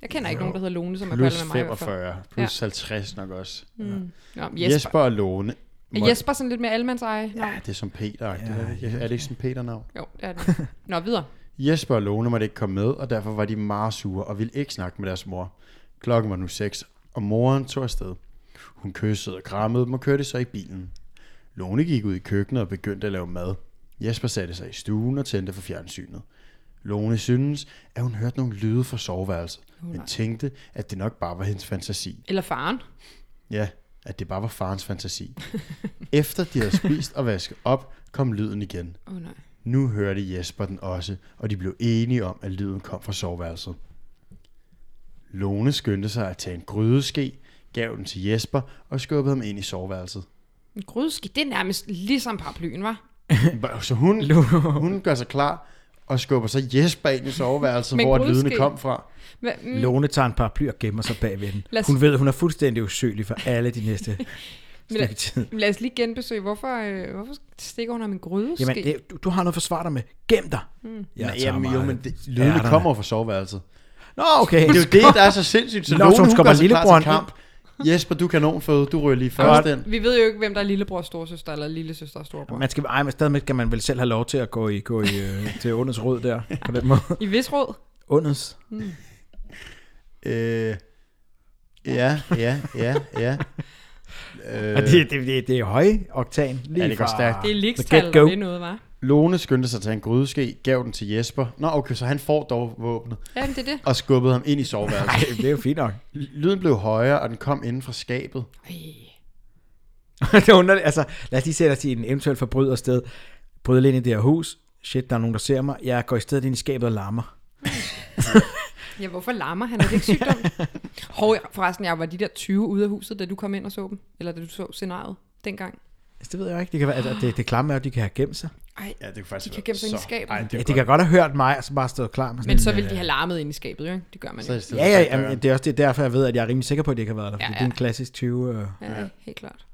C: Jeg kender ikke nogen, der hedder Lone, som er
B: Plus
C: kaldet med mig. i hvert fald.
B: 45, plus 50 nok også.
C: Mm. Nå, men
B: Jesper,
C: Jesper.
B: Jesper og Lone.
C: Er Jesper sådan lidt mere almandseje? Ja.
B: Ja, det er som Peter. Ja,
D: Ja,
B: er, det, ikke? er det ikke sådan Peter-navn?
C: Jo, det er det. Nå, videre.
B: Jesper og Lone måtte ikke komme med, og derfor var de meget sure og ville ikke snakke med deres mor. Klokken var nu 6, og moren tog afsted. Hun kyssede og krammede dem og kørte så i bilen. Lone gik ud i køkkenet og begyndte at lave mad. Jesper satte sig i stuen og tændte for fjernsynet. Lone synes, at hun hørte nogle lyde fra soveværelset, men tænkte, at det nok bare var hendes fantasi.
C: Eller faren.
B: Ja, at det bare var farens fantasi. Efter de havde spist og vasket op, kom lyden igen.
C: Åh, oh, nej.
B: Nu hørte Jesper den også, og de blev enige om, at lyden kom fra soveværelset. Lone skyndte sig at tage en grydeske, gav den til Jesper og skubbede ham ind i soveværelset.
C: En grydeske, det er nærmest ligesom paraplyen, var.
B: Så hun, hun gør sig klar og skubber så Jesper ind i soveværelset,
C: Men
B: hvor
C: grydeske-
B: lydene kom fra.
C: Mm,
D: Lone tager en paraply og gemmer sig bagved den.
C: Lad os-
D: Hun ved, hun er fuldstændig usøgelig for alle de næste stykke tid.
C: lad os lige genbesøge, hvorfor, øh, hvorfor stikker hun ham en grydeske?
D: Jamen, det, du, du har noget at forsvare dig med. Gem dig. Mm. Jeg
B: Nej,
D: tager
B: jamen, jo,
D: meget.
B: men det, lydene
D: Ærterne.
B: kommer fra soveværelset.
D: Nå, okay.
B: Det er jo det, der er så sindssygt. Så
D: Nå, så
B: Lone,
D: hun
B: hun
D: skubber
B: gør sig klar
D: lillebroren
B: til kamp. Jesper, du er kanonføde, du ryger lige
D: Godt.
B: først ind.
C: Vi ved jo ikke, hvem der er lillebror, storsøster eller lillesøster og storebror.
D: Man skal, ej, men stadigvæk kan man vel selv have lov til at gå i, gå i øh, til Åndets Rød der, på den måde.
C: I vis råd.
D: Åndets.
B: Øh, ja, ja, ja, ja.
D: Øh. Det, det, det, det er høje oktan. Lige
B: Ja, det går
D: fra
B: stærkt.
C: Det er
D: Ah, the
C: ligstal,
D: get-go.
C: det er noget, var.
B: Lone skyndte sig at tage en grydeske, gav den til Jesper. Nå, okay, så han får dog våbnet
C: Jamen, det er det.
B: og skubbede ham ind i soveværelset.
D: Ej, det er jo fint nok.
B: Lyden blev højere, og den kom inden fra skabet.
C: Ej.
D: det er underligt. Altså, lad os lige sætte os i en eventuel forbryder sted. Bryder ind i det her hus. Shit, der er nogen, der ser mig. Jeg går i stedet ind i skabet og larmer.
C: Ja, hvorfor larmer han? Er det ikke sygdom? Hov, jeg- forresten, jeg var de der 20 ude af huset, da du kom ind og så dem. Eller da du så scenariet dengang.
D: Altså, det ved jeg ikke. Det, kan være, altså, det, det klamme er, at de kan have gemt sig.
C: Ej,
B: Ja, det kunne faktisk
C: De kan gemme sig inde i skabet.
B: Ej, det
D: Ja,
B: er
D: de kan godt have hørt mig, og så bare stået klar med sådan
C: men så
D: en,
C: ville
D: øh,
C: de have larmet ind i skabet, jo? ikke? Det gør man
B: Så i
C: ikke.
B: stedet
D: Ja,
B: for
D: ja,
B: at gøre-
D: jamen, det er også det, derfor, jeg ved, at jeg er rimelig sikker på, at det ikke har været der. Fordi
C: Ja,
D: ja, ja.
C: ja.
D: det er en klassisk 20... Øh.
C: Ja, ja, helt klart.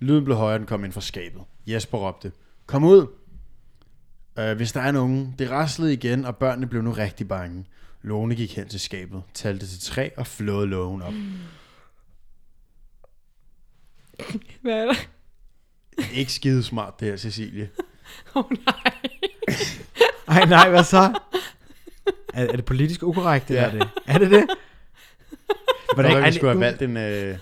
B: Lyden blev højere, og den kom ind fra skabet. Jesper råbte, kom ud! Øh, hvis der er nogen. Det raslede igen, og børnene blev nu rigtig bange. Lone gik hen til
C: Mm.
B: skabet, talte til tre og flåede lågen op.
C: Hvad er der?
B: Ikke skide smart det her, Cecilie.
C: Åh oh, nej.
D: Ej, nej, hvad så? Er, er det politisk ukorrekt, det
B: Ja.
D: ja. der? Det? Er det det?
B: Hvordan,
D: Hvordan,
B: Hvordan,
D: er
B: vi skulle
D: det,
B: have
D: nu
B: valgt en... Øh,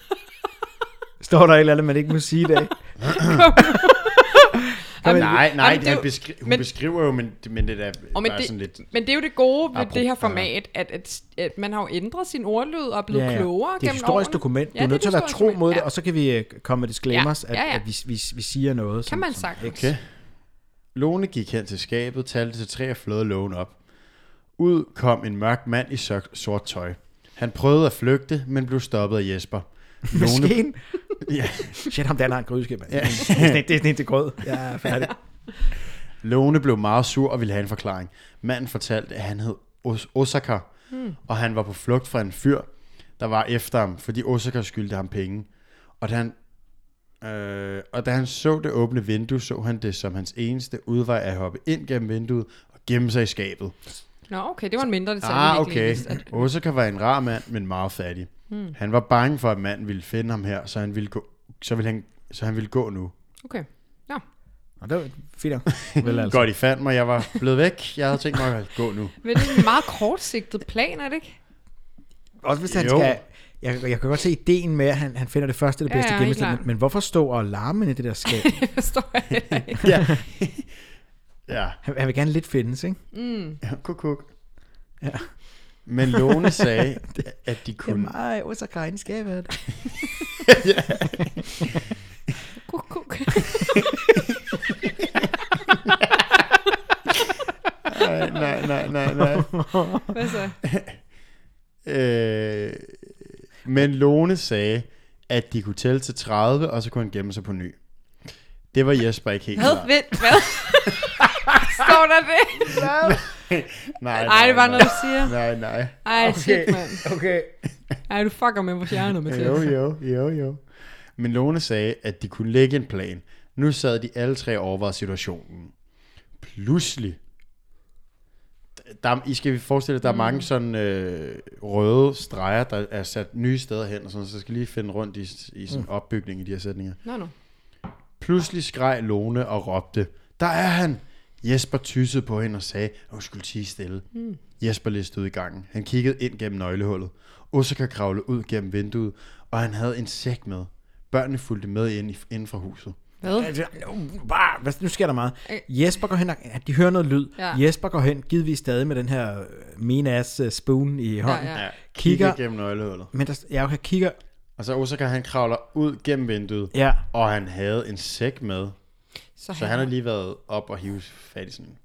D: står der et eller andet, man ikke må sige i dag?
C: Jamen,
B: nej, nej,
C: jamen, det er
B: han
C: jo-
B: beskri- hun
C: men-
B: men, beskriver jo, men, men det der
C: Og
B: oh,
C: men,
B: men er sådan lidt...
C: det, men det er jo det gode ved
B: Apropos,
C: det her
B: ja.
C: format, at, at, at man har jo ændret sin ordlyd og er blevet ja, ja. klogere
D: Det er et
C: gennem
D: historisk
C: årene.
D: dokument. Du
C: Ja,
D: er
C: det
D: nødt
C: et
D: til at være
C: historisk
D: tro
C: dokument.
D: mod det,
C: Ja.
D: og så kan vi øh, komme med disclaimers,
C: Ja, ja, ja.
D: at, at vi, vi, vi siger noget.
C: Kan man sagtens.
B: Okay. Lone gik hen til skabet, talte til tre og flåede lågen op. Ud kom en mørk mand i sør- sort tøj. Han prøvede at flygte, men blev stoppet af Jesper. Lone,
D: Måske
B: ja,
D: Shit, ham der han har en grydeskab. Ja.
B: Ja.
D: Det er sådan en- det er sådan en til grød. Jeg er færdig.
B: Lone blev meget sur og ville have en forklaring. Manden fortalte, at han hed Os- Osaka, hmm. og han var på flugt fra en fyr, der var efter ham, fordi Osaka skyldte ham penge. Og da han, øh, og da han så det åbne vindue, så han det som hans eneste udvej at hoppe ind gennem vinduet og gemme sig i skabet.
C: Nå, okay, det var en mindre detalje. vi
B: Ah,
C: ikke lige
B: okay.
C: vidste, at-
B: Osaka var en rar mand, men meget fattig. Hmm. Han var bange for, at manden ville finde ham her, så han ville gå, så ville han, så han ville gå nu.
C: Okay. Nå,
D: Nå, det var fint. nok. Vel altså.
B: Godt, I fandt mig. Jeg var blevet væk. Jeg havde tænkt mig at gå nu.
C: men det er en meget kortsigtet plan, er det ikke?
D: Også hvis han
B: Jo.
D: skal... Jeg, jeg kan godt se ideen med, at han, han finder det første, det
C: Ja,
D: bedste
C: ja,
D: ja,
C: helt
D: gemmested.
C: klart.
D: Men, men hvorfor stå og larme i det der skab?
C: Det forstår jeg heller ikke.
B: ja. ja.
D: Han, han vil gerne lidt findes, ikke?
C: Mm.
B: Ja, kuk, kuk.
D: Ja.
B: Men Lone sagde, at de kunne...
D: meget Osaka i skabet.
C: Kuk, kuk.
B: Nej, nej, nej, nej, nej.
C: Hvad så?
B: Øh, men Lone sagde, at de kunne tælle til 30, og så kunne han gemme sig på ny. Det var Jesper ikke helt
C: Hvad?
B: klar.
C: Vent, hvad? Står der det?
B: Nej,
C: Ej, det var noget, du siger.
B: Nej, nej.
C: Ej, okay. shit, mand.
D: Okay.
C: Ej, du fucker med vores hjerner,
B: Jo,
C: Mathias.
B: jo, jo, jo. Men Lone sagde, at de kunne lægge en plan. Nu sad de alle tre og overvejede situationen. Pludselig. Der, I skal forestille jer, der er mange sådan øh, røde streger, der er sat nye steder hen, og sådan, så jeg skal lige finde rundt i, i sådan opbygning i de her sætninger.
C: Nå, nå.
B: Pludselig skreg Lone og råbte, der er han! Jesper tyssede på hende og sagde, at hun skulle tige stille.
D: Hmm.
B: Mm. Jesper listede ud i gangen. Han kiggede ind gennem nøglehullet. Osaka kravlede ud gennem vinduet, og han havde en sæk med. Børnene fulgte med ind i, inden fra huset.
C: Hvad?
D: Altså, nu- bare- hvad- nu sker der meget. Jesper går hen og, ja, de hører noget lyd.
C: Øh. Ja.
D: Ja. Jesper går hen, givetvis stadig med den her øh, mean ass spoon i hånden.
C: Ja.
D: Ja, ja.
B: kigger,
D: Kigger-
B: kigger gennem nøglehullet.
D: Men der, ja, okay, kigger,
B: Og så Osaka, han kravler ud gennem vinduet,
D: ja,
B: og han havde en sæk med. Så han har lige været op og hive fat i sådan.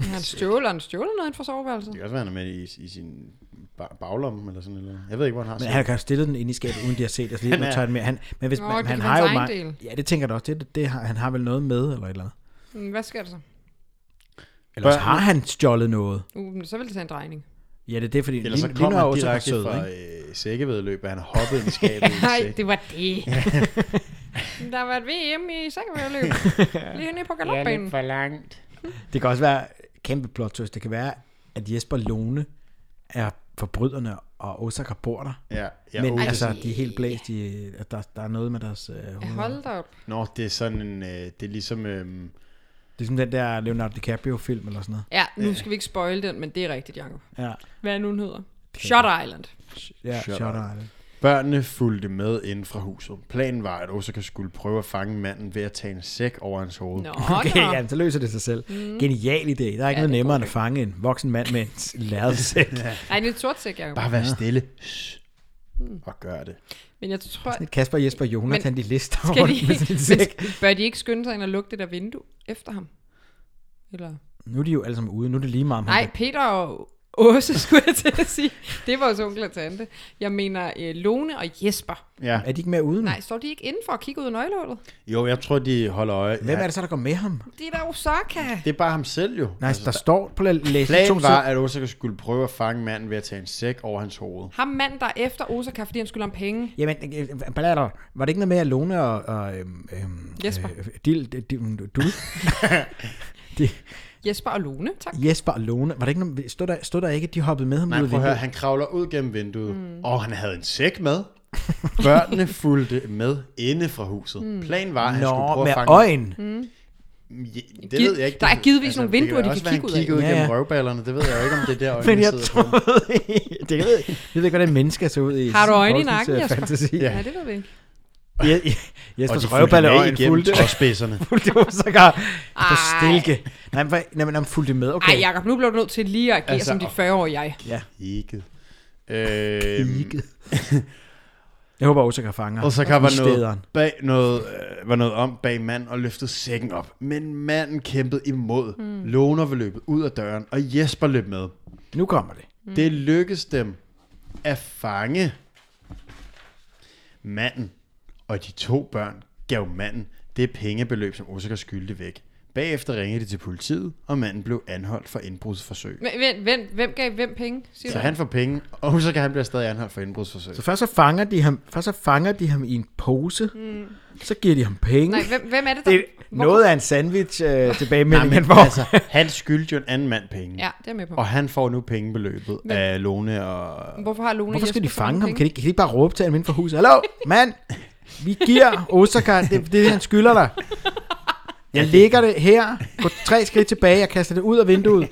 C: han har stjålet, han stjålet noget inden for soveværelset.
B: Det kan også være, han er med i, i sin ba- baglomme eller sådan noget. Jeg ved ikke, hvor han har
D: men
B: sæk.
D: han kan jo stille den ind i skabet, uden de har set, altså lige nu
B: er-
D: tager han med. Han, men hvis
C: Nå,
D: Nå, man,
C: det
D: han
C: kan
D: har
C: være
D: jo
C: hans egen
D: meget, ja, det tænker jeg da også, det, det har, han har vel noget med, eller et eller andet.
C: Mm, Hvad sker der så?
D: Eller også
B: Børn-
D: har han stjålet noget.
C: Uh, men så vil det tage en drejning.
D: Ja, det er det, fordi
B: Eller så
D: lige- lige
B: kom
D: nu er
B: han
D: Osaka
B: direkte
D: sød,
B: fra
D: ikke?
B: øh, sækkevedløb, og han hoppede ind i skabet i en
C: Nej,
B: sæk.
C: det var det. der var et VM i sækkervedløb. Lige henne på galopbanen.
B: for langt.
D: Det kan også være kæmpe plot twist. Det kan være, at Jesper Lone er forbryderne, og Osaka bor der.
B: Ja, ja oh,
D: Men
B: men,
D: okay. altså,
C: Ej.
D: de er helt blæst. De, at der, der er noget med deres øh,
C: Ja,
D: hoveder.
C: Hold da op.
B: Nå, det er sådan en, øh, det er ligesom, øh,
D: Det er som den der Leonardo DiCaprio-film eller sådan noget.
C: Ja, nu skal vi ikke spoil den, men det er rigtigt, Jacob.
D: Ja,
C: Hvad er nu den hedder? Shot Island.
D: ja
B: Shut
D: Shut,
B: up.
D: Island.
B: børnene fulgte med inden fra huset. Planen var, at Osaka skulle prøve at fange manden ved at tage en sæk over hans hoved.
C: Nå,
D: Okay,
C: nå.
D: jamen, så løser det sig selv. Mm. Genial idé. Der er ikke ja, noget
C: det er
D: nemmere end at fange en voksen mand med en lærredsæk. ja.
C: Ej, det er et sort sæk, Jacob.
B: Bare vær stille. Shh.
D: Hmm.
B: Og gør det.
C: Men jeg tror...
D: Kasper, Jesper og Jonathan,
C: Men-
D: de lister
C: Skal de,
D: rundt med sin sæk.
C: bør de ikke skynde sig ind og lukke det der vindue efter ham? Eller?
D: Nu er de jo alle sammen ude. Nu er det lige meget om
C: Nej,
D: ham,
C: Peter og Åse, skulle jeg til at sige. Det var vores onkel og tante. Jeg mener øh, Lone og Jesper.
B: Ja.
D: der- Er de ikke mere ude nu?
C: Nej, står de ikke indenfor og kigger ud af nøglehullet?
B: Jo, jeg tror, de holder øje.
D: Hvem
B: ja.
D: er det så, der går med ham?
C: Det er da Osaka.
B: Det er bare ham selv jo.
D: Nej, altså, der, står på la- læs to
B: Planen var,
D: sider.
B: at Osaka skulle prøve at fange manden ved at tage en sæk over hans hoved.
C: Ham mand, der er efter Osaka, fordi han skylder om penge.
D: Jamen, øh, blader, var det ikke noget med, at Lone og... og øhm, øhm,
C: Jesper.
D: Øh, dil, dil, dil, dul,
C: Jesper og Lone, tak.
D: Jesper og Lone, var det ikke noget, stod, der, stod der ikke, at de hoppede med ham
B: Nej,
D: ud af
B: prøv at høre,
D: vinduet?
B: han kravler ud gennem vinduet, mm. og han havde en sæk med. Børnene fulgte med inde fra huset. Mm. Planen var, at han skulle
D: Nå,
B: prøve
D: med
B: at fange...
D: øjen.
B: Ja, Det
C: Giv-
B: ved jeg ikke.
C: der er
B: Det- altså,
C: givetvis nogle
B: det kan
C: vinduer, de
B: også
C: kan
B: være,
C: kigge ud
B: han ud
D: Ja,
C: af.
B: gennem
D: ja.
B: røvballerne. Det ved jeg jo ikke, om det er der
D: Men
B: øjnene
D: jeg
B: sidder på.
D: troede ikke, det ved jeg, ikke. jeg ved ikke, hvordan mennesker ser ud i
C: Har du øjne i
D: Poulsens,
C: nakken,
D: øh,
C: Jesper?
D: Fantasi.
C: Ja, det ved vi ikke.
D: Jeg, jeg,
B: Og de
D: Jespers
B: fulgte
D: røvballe
B: med
D: øjen
B: igennem
D: fulgte.
B: trådspidserne.
D: fulgte jo sågar på
C: Ej.
D: stilke. Nej, men, for- nej, men han fulgte med, okay.
C: Ej, Jacob, nu bliver du nødt til lige at agere
B: Altså,
C: altså, som dit 40-årige jeg.
D: Ja,
B: Ikke. Øhm,
D: ikke. Jeg håber, Osaka fanger.
B: og så kan var noget,
D: Stederen.
B: bag noget, øh, var noget om bag mand og løftede sækken op. Men manden kæmpede imod. Mm. Låner ved løbet ud af døren, og Jesper løb med.
D: Nu kommer det.
B: Mm. Det lykkedes dem at fange manden, og de to børn gav manden det pengebeløb, som Osaka skyldte væk. Bagefter ringede de til politiet, og manden blev anholdt for indbrudsforsøg.
C: Men, vent, vent, hvem gav hvem penge, siger
B: Så
C: du?
B: han får penge, og Osaka han bliver stadig anholdt for indbrudsforsøg.
D: Så først så fanger de ham, først så fanger de ham i en pose, mm. så giver de ham penge.
C: Nej, hvem, hvem er det, der...
D: det er
C: Hvorfor-
D: noget af en sandwich øh, tilbage med,
B: Nej,
D: men
B: men
D: hvor...
B: altså, han skyldte jo en anden mand penge.
C: Ja, det er jeg med på.
B: Og han får nu pengebeløbet men, af Lone og...
C: Hvorfor har Lone
D: Hvorfor skal de
C: Jesper så mange
D: fange ham?
C: penge?
D: Kan de, ikke- kan de ikke bare råbe til ham inden for huset? Hallo, mand! Vi giver Osaka det, det, han skylder dig. Jeg lægger det her, gå tre skridt tilbage, jeg kaster det ud af vinduet.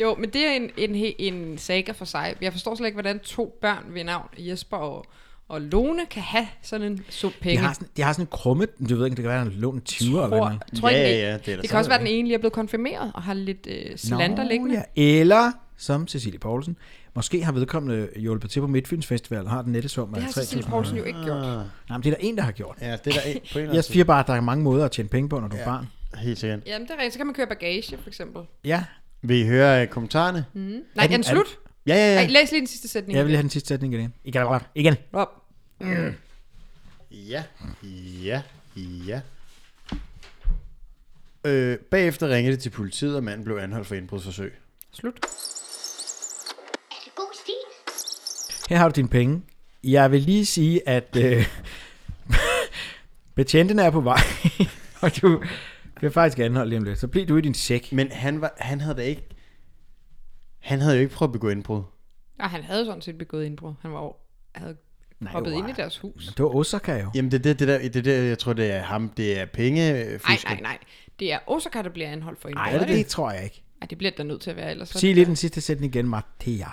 C: Jo, men det er en, en, he- en saga for sig. Jeg forstår slet ikke, hvordan to børn ved navn Jesper og, og Lone kan have sådan en sum
D: De
C: penge.
D: har sådan, de har sådan en krumme, du ved ikke, det kan være en lån 20 eller
C: tror,
D: noget.
C: tror
B: Ja,
C: ikke,
B: ja, det er da
C: det, det kan
B: sådan,
C: også være, at den ene lige er blevet konfirmeret og har lidt øh, slander liggende.
D: ja. Eller, som Cecilie Poulsen, måske har vedkommende hjulpet til på Midtfyns Festival og har den nette sum af
C: Det har Cecilie
D: 3.000
C: Poulsen jo ikke gjort.
B: Ah.
D: Nej, men det er der en, der har gjort.
B: Ja, det er der en, på en eller
D: Jeg
B: anden
D: siger bare, at der er mange måder at tjene penge på, når du er barn.
B: side. Helt sikkert.
C: Jamen, det er rigtigt. Så kan man køre bagage, for eksempel.
D: Ja,
B: Vil I høre uh, kommentarerne? Mm.
C: Nej, er
D: den-
C: den slut?
B: Ja, ja, ja.
C: Ej, læs lige den sidste sætning.
D: jeg vil have den sidste sætning igen. Igen, igen.
C: Op.
B: Ja, ja, ja. Øh, bagefter ringede det til politiet, og manden blev anholdt for indbrudsforsøg.
C: Slut.
A: Er det god stil?
D: Her har du dine penge. Jeg vil lige sige, at øh, betjentene er på vej, og du bliver faktisk anholdt lige om lidt. Så bliver du i din sæk.
B: Men han, var, han havde da ikke... Han havde jo ikke prøvet at begå indbrud.
C: Og han havde sådan set begået indbrud. Han var jo, havde
D: Nej,
C: Nej, hoppet
D: jo,
C: ind i
D: ej.
C: deres hus.
D: Du er Osaka jo.
B: Jamen, det er det, det, der, det er der, jeg tror, det er ham. Det er penge. øh,
C: Nej, nej, nej. Det er Osaka, der bliver anholdt for indbrud.
D: Nej, det, det tror jeg ikke.
C: Ej, det bliver der nødt til at være, ellers så,
D: Sig lige den sidste sætning igen, Mathia.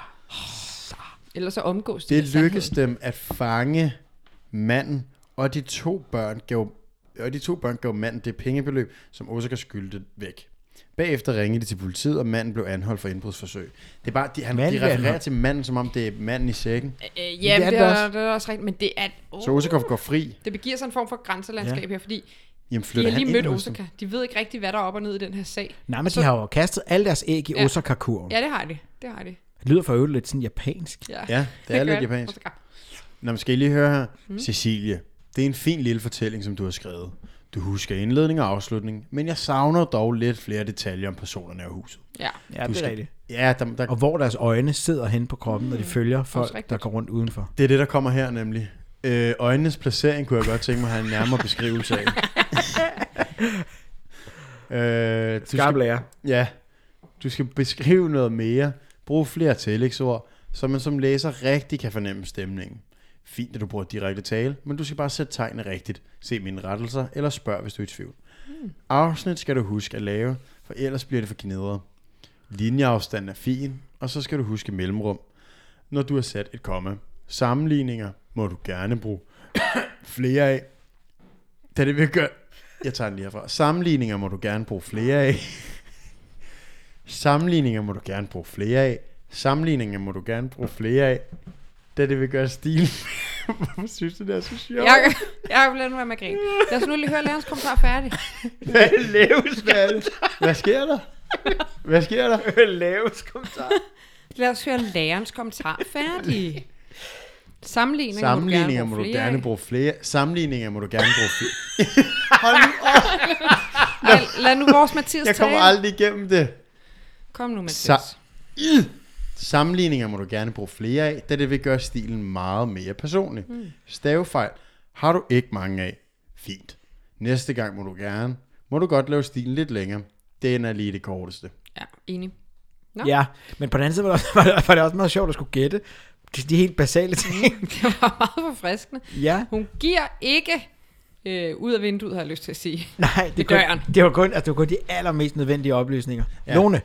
C: ellers så omgås det.
B: Det
C: med sandheden.
B: lykkedes dem at fange manden, og de to børn gav, og de to børn gav manden det pengebeløb, som Osaka skyldte væk. Bagefter ringede de til politiet, og manden blev anholdt for indbrudsforsøg. Det er bare, de, han, de
D: Manden blev
B: refererer
D: anholdt.
B: til manden, som om det er manden i sækken.
C: Øh, ja, det,
D: det
C: det,
D: er det
C: er, det er også rigtigt, men det er... Oh,
B: Så Osaka går fri.
C: det begiver sig en form for grænselandskab ja. her, fordi
B: Jamen
C: de
B: flytter
C: har
B: han ind
C: lige mødt
B: hos dem.
C: Osaka. De ved ikke rigtig, hvad der er op og ned i den her sag.
D: Nej, men de har jo kastet alle deres æg i
C: Ja.
D: Osaka-kurven.
C: Ja, det har de. Det har de.
D: Det lyder for øvrigt lidt sådan japansk.
B: Ja, det er
C: gør
B: lidt japansk.
C: Osaka.
B: Nå, men skal I lige høre her? Mm. Cecilie, det er en fin lille fortælling, som du har skrevet. Du husker indledning og afslutning, men jeg savner dog lidt flere detaljer om personerne og huset.
C: Ja.
D: Ja,
B: Du
D: det er
B: skal-
D: rigtigt.
B: Ja, der, der,
D: Og hvor deres øjne sidder hen på kroppen, når de følger folk,
C: Mm. rigtigt.
D: der går rundt udenfor.
B: Det er det, der kommer her nemlig. Øh, øjnenes placering kunne jeg godt tænke mig at have en nærmere beskrivelse af. øh, du skal,
D: lærer.
B: ja, du skal beskrive noget mere, bruge flere tillægsord, så man som læser rigtig kan fornemme stemningen. Fint, at du bruger direkte tale, men du skal bare sætte tegnene rigtigt, se mine rettelser eller spørg, hvis du er i tvivl. Afsnit skal du huske at lave, for ellers bliver det for gnidret. Linjeafstanden er fin, og så skal du huske mellemrum, når du har sat et komma. Sammenligninger må du gerne bruge flere af, da det vil gøre... Jeg tager den lige herfra. Sammenligninger må du gerne bruge flere af. Sammenligninger må du gerne bruge flere af. Sammenligninger må du gerne bruge flere af, da det vil gøre stil. Hvorfor synes du, det er så sjovt?
C: Jeg, jeg vil lade nu være med at grine. Lad os nu lige høre lærerens kommentar færdig.
B: Hvad laves Hvad sker der? Hvad sker der?
D: Laves kommentar.
C: Lad os høre lærerens kommentar færdig. Sammenligninger,
B: Sammenligninger må du gerne bruge flere. Sammenligninger må du gerne bruge flere. Hold nu op,
C: flere. af. Ej, lad nu vores Mathias
B: jeg kommer
C: tale.
B: aldrig igennem det.
C: Kom nu, Mathias.
B: Sa- Sammenligninger må du gerne bruge flere af, da det vil gøre stilen meget mere personlig. Mm. Stavefejl har du ikke mange af. Fint. Næste gang må du gerne. Må du godt lave stilen lidt længere. Den er lige det korteste.
C: Ja, enig.
D: Ja, men på den anden side var det også, var det, var det også meget sjovt at skulle gætte, Det er de helt
C: Mm.
D: basale ting.
C: Det var meget forfriskende.
D: ja.
C: Hun giver ikke øh, ud af vinduet, har jeg lyst til at sige.
D: Nej, det,
C: Ved
D: er kun,
C: døren.
D: det var kun, altså, det var kun de allermest nødvendige oplysninger. Ja. Lone,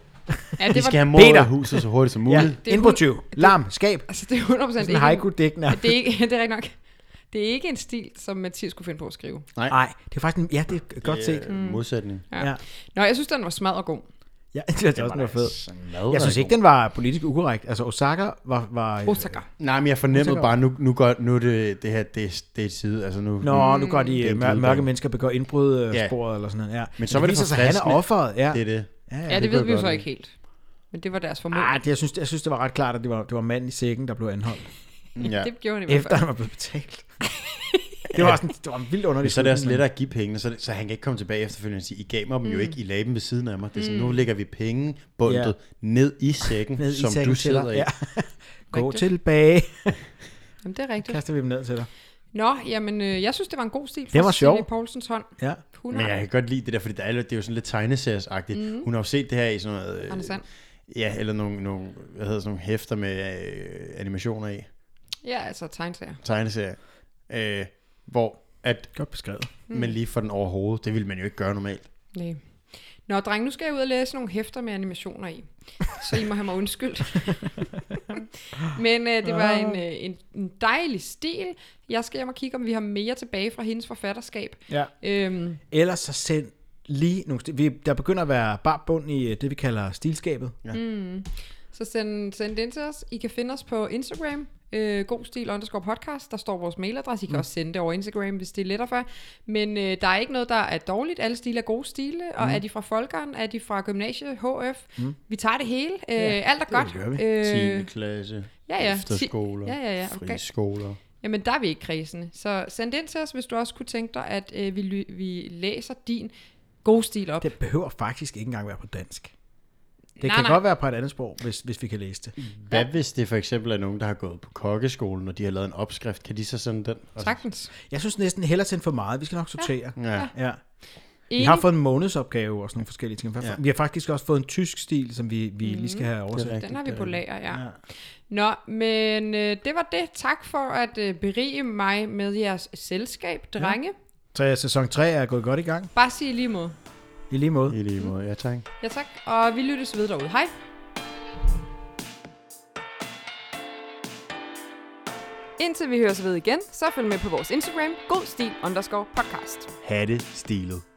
C: Ja,
B: Vi
C: det
B: skal have
C: var,
B: mor ud
D: Peter.
B: af huset så hurtigt som
D: ja,
B: muligt.
C: er
D: indbrud
C: hun-
D: tyv, larm, skab,
C: altså, det er 100%
D: sådan en
C: ikke, en-
D: haiku-dækner.
C: det, er ikke, det er rigtigt nok. Det er ikke en stil, som Mathias kunne finde på at skrive.
D: Nej, det er faktisk en, ja, det er godt
B: Hmm. Det er
D: set.
B: Modsætning.
C: Ja.
D: Ja.
C: ja. Nå, jeg synes, den var smadret god.
D: Ja, det er også den var fed.
B: fed.
D: Jeg synes ikke, den var politisk ukorrekt. Altså, Osaka var... var
C: Osaka.
B: Nej, men jeg fornemmede
D: Usikker.
B: bare, nu, nu, går, nu er det, det her, det, er- det er side. Altså nu,
D: Nå, nu går de
B: Det er
D: øh,
B: en
D: mør- mørke
B: glidebane.
D: mennesker begår indbrud øh,
B: Ja.
D: sporet eller sådan noget. Ja.
B: Men så var det
D: viser sig, at han er
B: forfriskende.
D: offeret. Ja.
B: det er det.
C: Ja, det, ved
D: kunne
C: vi jo
D: jeg
C: så
D: godt
C: ikke helt. Men det var deres
D: lide.
C: formodning.
D: Ah, det, jeg, synes, jeg synes, det var ret klart, at det var, det var manden i sækken, der blev anholdt.
B: Ja.
C: Det gjorde han i hvert
D: Efter
C: fald.
D: han var blevet betalt. det var sådan, det var en vildt underlig
B: Men så er det også
D: slutning,
B: lettere at give pengene, så, så han kan ikke komme tilbage efterfølgende og sige, I gav mig dem jo ikke, I lagde dem ved siden af mig. Det er sådan, nu lægger vi penge bundet
D: Ja.
B: ned i sækken,
D: men ned i
B: som
D: sækken
B: du
D: til dig.
B: sidder i.
D: Ja. Gå
C: Rigtigt.
D: tilbage.
C: Jamen, det er rigtigt.
D: Kaster vi dem ned til dig.
C: Nå, jamen, øh, jeg synes, det var en god stil
D: Den var
C: fra Cecilie
D: sjov.
C: Poulsens hånd.
D: Ja.
C: Hun
B: Men jeg kan godt lide det der, fordi det er, det er jo sådan lidt tegneseriesagtigt. Mm. Hun har jo set det her i sådan noget... Øh,
C: Anders Sand.
B: ja, eller nogle, nogle, hvad hedder sådan nogle hæfter med øh, animationer i.
C: Ja, altså tegnserier.
B: Tegneserier. Øh, hvor at
D: Godt beskrevet.
B: mm. man lige får den over hovedet, det ville man jo ikke gøre normalt.
C: Nej. Nå, dreng, nu skal jeg ud og læse nogle hæfter med animationer i. Så I må have mig undskyldt. Men øh, det var en, øh, en, en dejlig stil. Jeg skal hjem og kigge, om vi har mere tilbage fra hendes forfatterskab.
D: Ja.
C: Øhm,
D: Ellers så send lige nogle... sti- Vi, der begynder at være barbund i øh, det, vi kalder stilskabet. Ja.
C: så send, send det ind til os. I kan finde os på Instagram. Øh, god stil underscore podcast. Der står vores mailadresse. I kan mm. også sende det over Instagram, hvis det er lettere for jer. Men øh, der er ikke noget, der er dårligt. Alle stile er gode stile. Og
D: Mhm.
C: er de fra Folkeren? Er de fra Gymnasiet? HF? Mm. Vi tager det hele. Øh, alt er godt.
D: gør vi.
B: Øh, 10.
C: Øh,
B: klasse,
C: ja, ja.
B: efterskoler,
C: Ti- ja, ja, ja, okay.
B: friskoler.
C: Jamen, der er vi ikke kredsende. Så send det ind til os, hvis du også kunne tænke dig, at øh, vi, ly- vi læser din gode stil op.
D: Det behøver faktisk ikke engang være på dansk. Det
C: Nej,
D: kan
C: nej. Mm.
D: godt være på et andet sprog, hvis, hvis vi kan læse det.
B: Hvad hvis det for eksempel er nogen, der har gået på kokkeskolen, og de har lavet en opskrift? Kan de så sende den? Og så-
C: Sagtens.
D: Jeg synes næsten hellere sende for meget. Vi skal nok sortere. Ja.
B: Ja.
D: ja. Vi
C: Enig.
D: har fået en månedsopgave og sådan nogle forskellige ting. Hvad for-
B: Ja.
D: Vi har faktisk også fået en tysk stil, som vi, vi lige skal have
B: Det er
D: oversat.
B: rigtigt.
C: Den har vi på lager, ja.
D: Ja.
C: ja. Nå, men øh, det var det. Tak for at øh, berige mig med jeres selskab, drenge. Ja.
D: Så sæson 3 er gået godt i gang.
C: Bare sig i lige måde.
D: I lige måde.
B: I lige måde, ja tak.
C: Ja tak, og vi lyttes ved derude. Hej. Indtil vi høres ved igen, så følg med på vores Instagram, godstil underscore podcast.
B: Hatte stilet.